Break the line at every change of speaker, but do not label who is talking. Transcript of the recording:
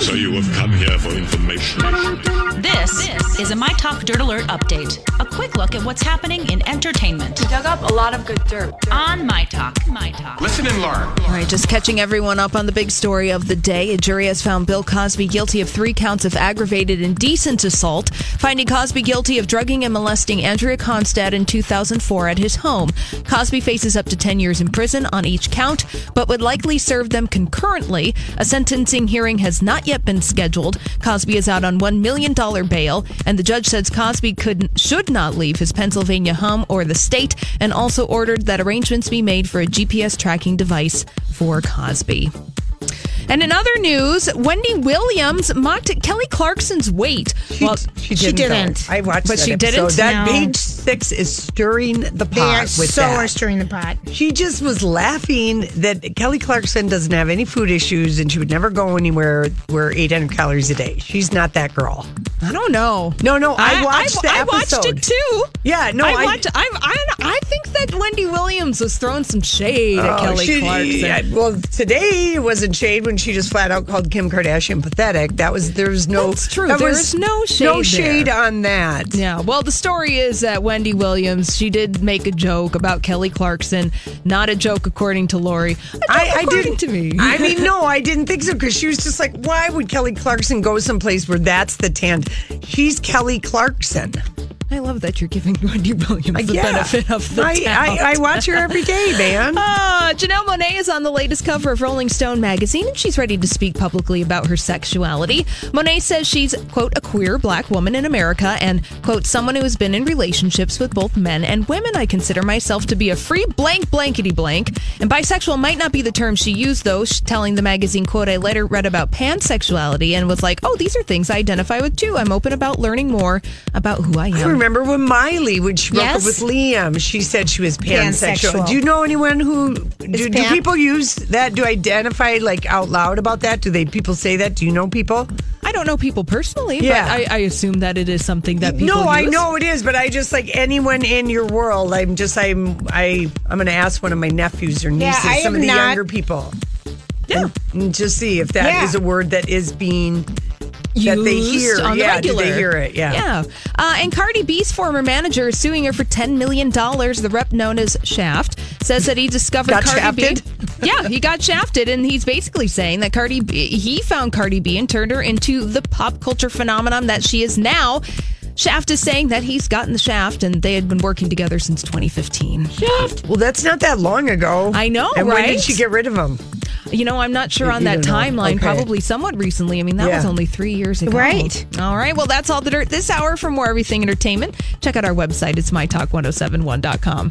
So you have come here for information.
This is a My Talk Dirt Alert update. A quick look at what's happening in entertainment
We dug up a lot of good dirt.
on My Talk. My Talk.
Listen and learn.
All right, just catching everyone up on the big story of the day. A jury has found Bill Cosby guilty of three counts of aggravated indecent assault, finding Cosby guilty of drugging and molesting Andrea Constad in 2004 at his home. Cosby faces up to 10 years in prison on each count, but would likely serve them concurrently. A sentencing hearing has not yet been scheduled. Cosby is out on $1 million bail, and the judge says Cosby could, should not leave his Pennsylvania home or the state, and also ordered that arrangements be made for a GPS tracking device for Cosby. And in other news, Wendy Williams mocked Kelly Clarkson's weight.
She, she didn't.
she
though.
didn't.
I watched
But
that
she
episode.
didn't?
That
No.
page six is stirring the pot
They are
with
so
that.
are stirring the pot.
she just was laughing that Kelly Clarkson doesn't have any food issues and she would never go anywhere where 800 calories a day. She's not that girl.
I don't know.
No, no, I watched the
I watched
episode.
it too.
Yeah, no,
I
I-
watched. I, I, I think that Wendy Williams was throwing some shade at Kelly
Oh, she-
Clarkson.
yeah, well, today wasn't shade when she just flat out called Kim Kardashian pathetic. That was there's no
That's true.
That
There
was
is no
No
shade
shade
there.
on that.
Yeah, well, the story is that Wendy Williams, she did make a joke about Kelly Clarkson. Not a joke, according to Lori. A joke
I, I
according
didn't.
to me.
I mean, no, I didn't think so because she was just like, why would Kelly Clarkson go someplace where that's the tan? She's Kelly Clarkson.
I love that you're giving Wendy Williams
Like,
the
yeah.
benefit of the
I,
doubt.
I, I watch her every day, man.
Uh, Janelle Monet is on the latest cover of Rolling Stone magazine, and she's ready to speak publicly about her sexuality. Monet says she's, quote, a queer black woman in America, and, quote, someone who has been in relationships with both men and women. I consider myself to be a free blank blankety blank. And bisexual might not be the term she used, though, She's telling the magazine, quote, I later read about pansexuality and was like, oh, these are things I identify with too. I'm open about learning more about who I am.
I remember when Miley, when she broke up
Yes.
with Liam, she said she was pansexual.
Pansexual.
Do you know anyone who do, do
pan-
people use that? Do identify like out loud about that? Do they people say that? Do you know people?
I don't know people personally,
Yeah.
but I, I assume that it is something that people
no, I
use.
know it is, but I just like anyone in your world. I'm just I'm I I'm gonna ask one of my nephews or nieces,
I
some
have
of the
not-
younger people.
Yeah.
And, and just see if that is
Yeah.
a word that is being that they
used
hear.
on the
yeah, do
regular.
they hear it? Yeah.
Yeah. Uh, and Cardi B's former manager is suing her for $10 million. The rep known as Shaft says that he discovered
Got
Cardi
shafted?
B. Yeah, he got shafted. And he's basically saying that Cardi B, he found Cardi B and turned her into the pop culture phenomenon that she is now. Shaft is saying that he's gotten the shaft and they had been working together since 2015.
Well, that's not that long ago.
I know,
And when
right?
did she get rid of him?
You know, I'm not sure on
you
that
don't know.
timeline.
Okay.
Probably somewhat recently. I mean, that
Yeah.
was only three years ago.
Right.
All right. oh Well, that's all the dirt this hour for more everything entertainment. Check out our website. It's mytalk1071.com.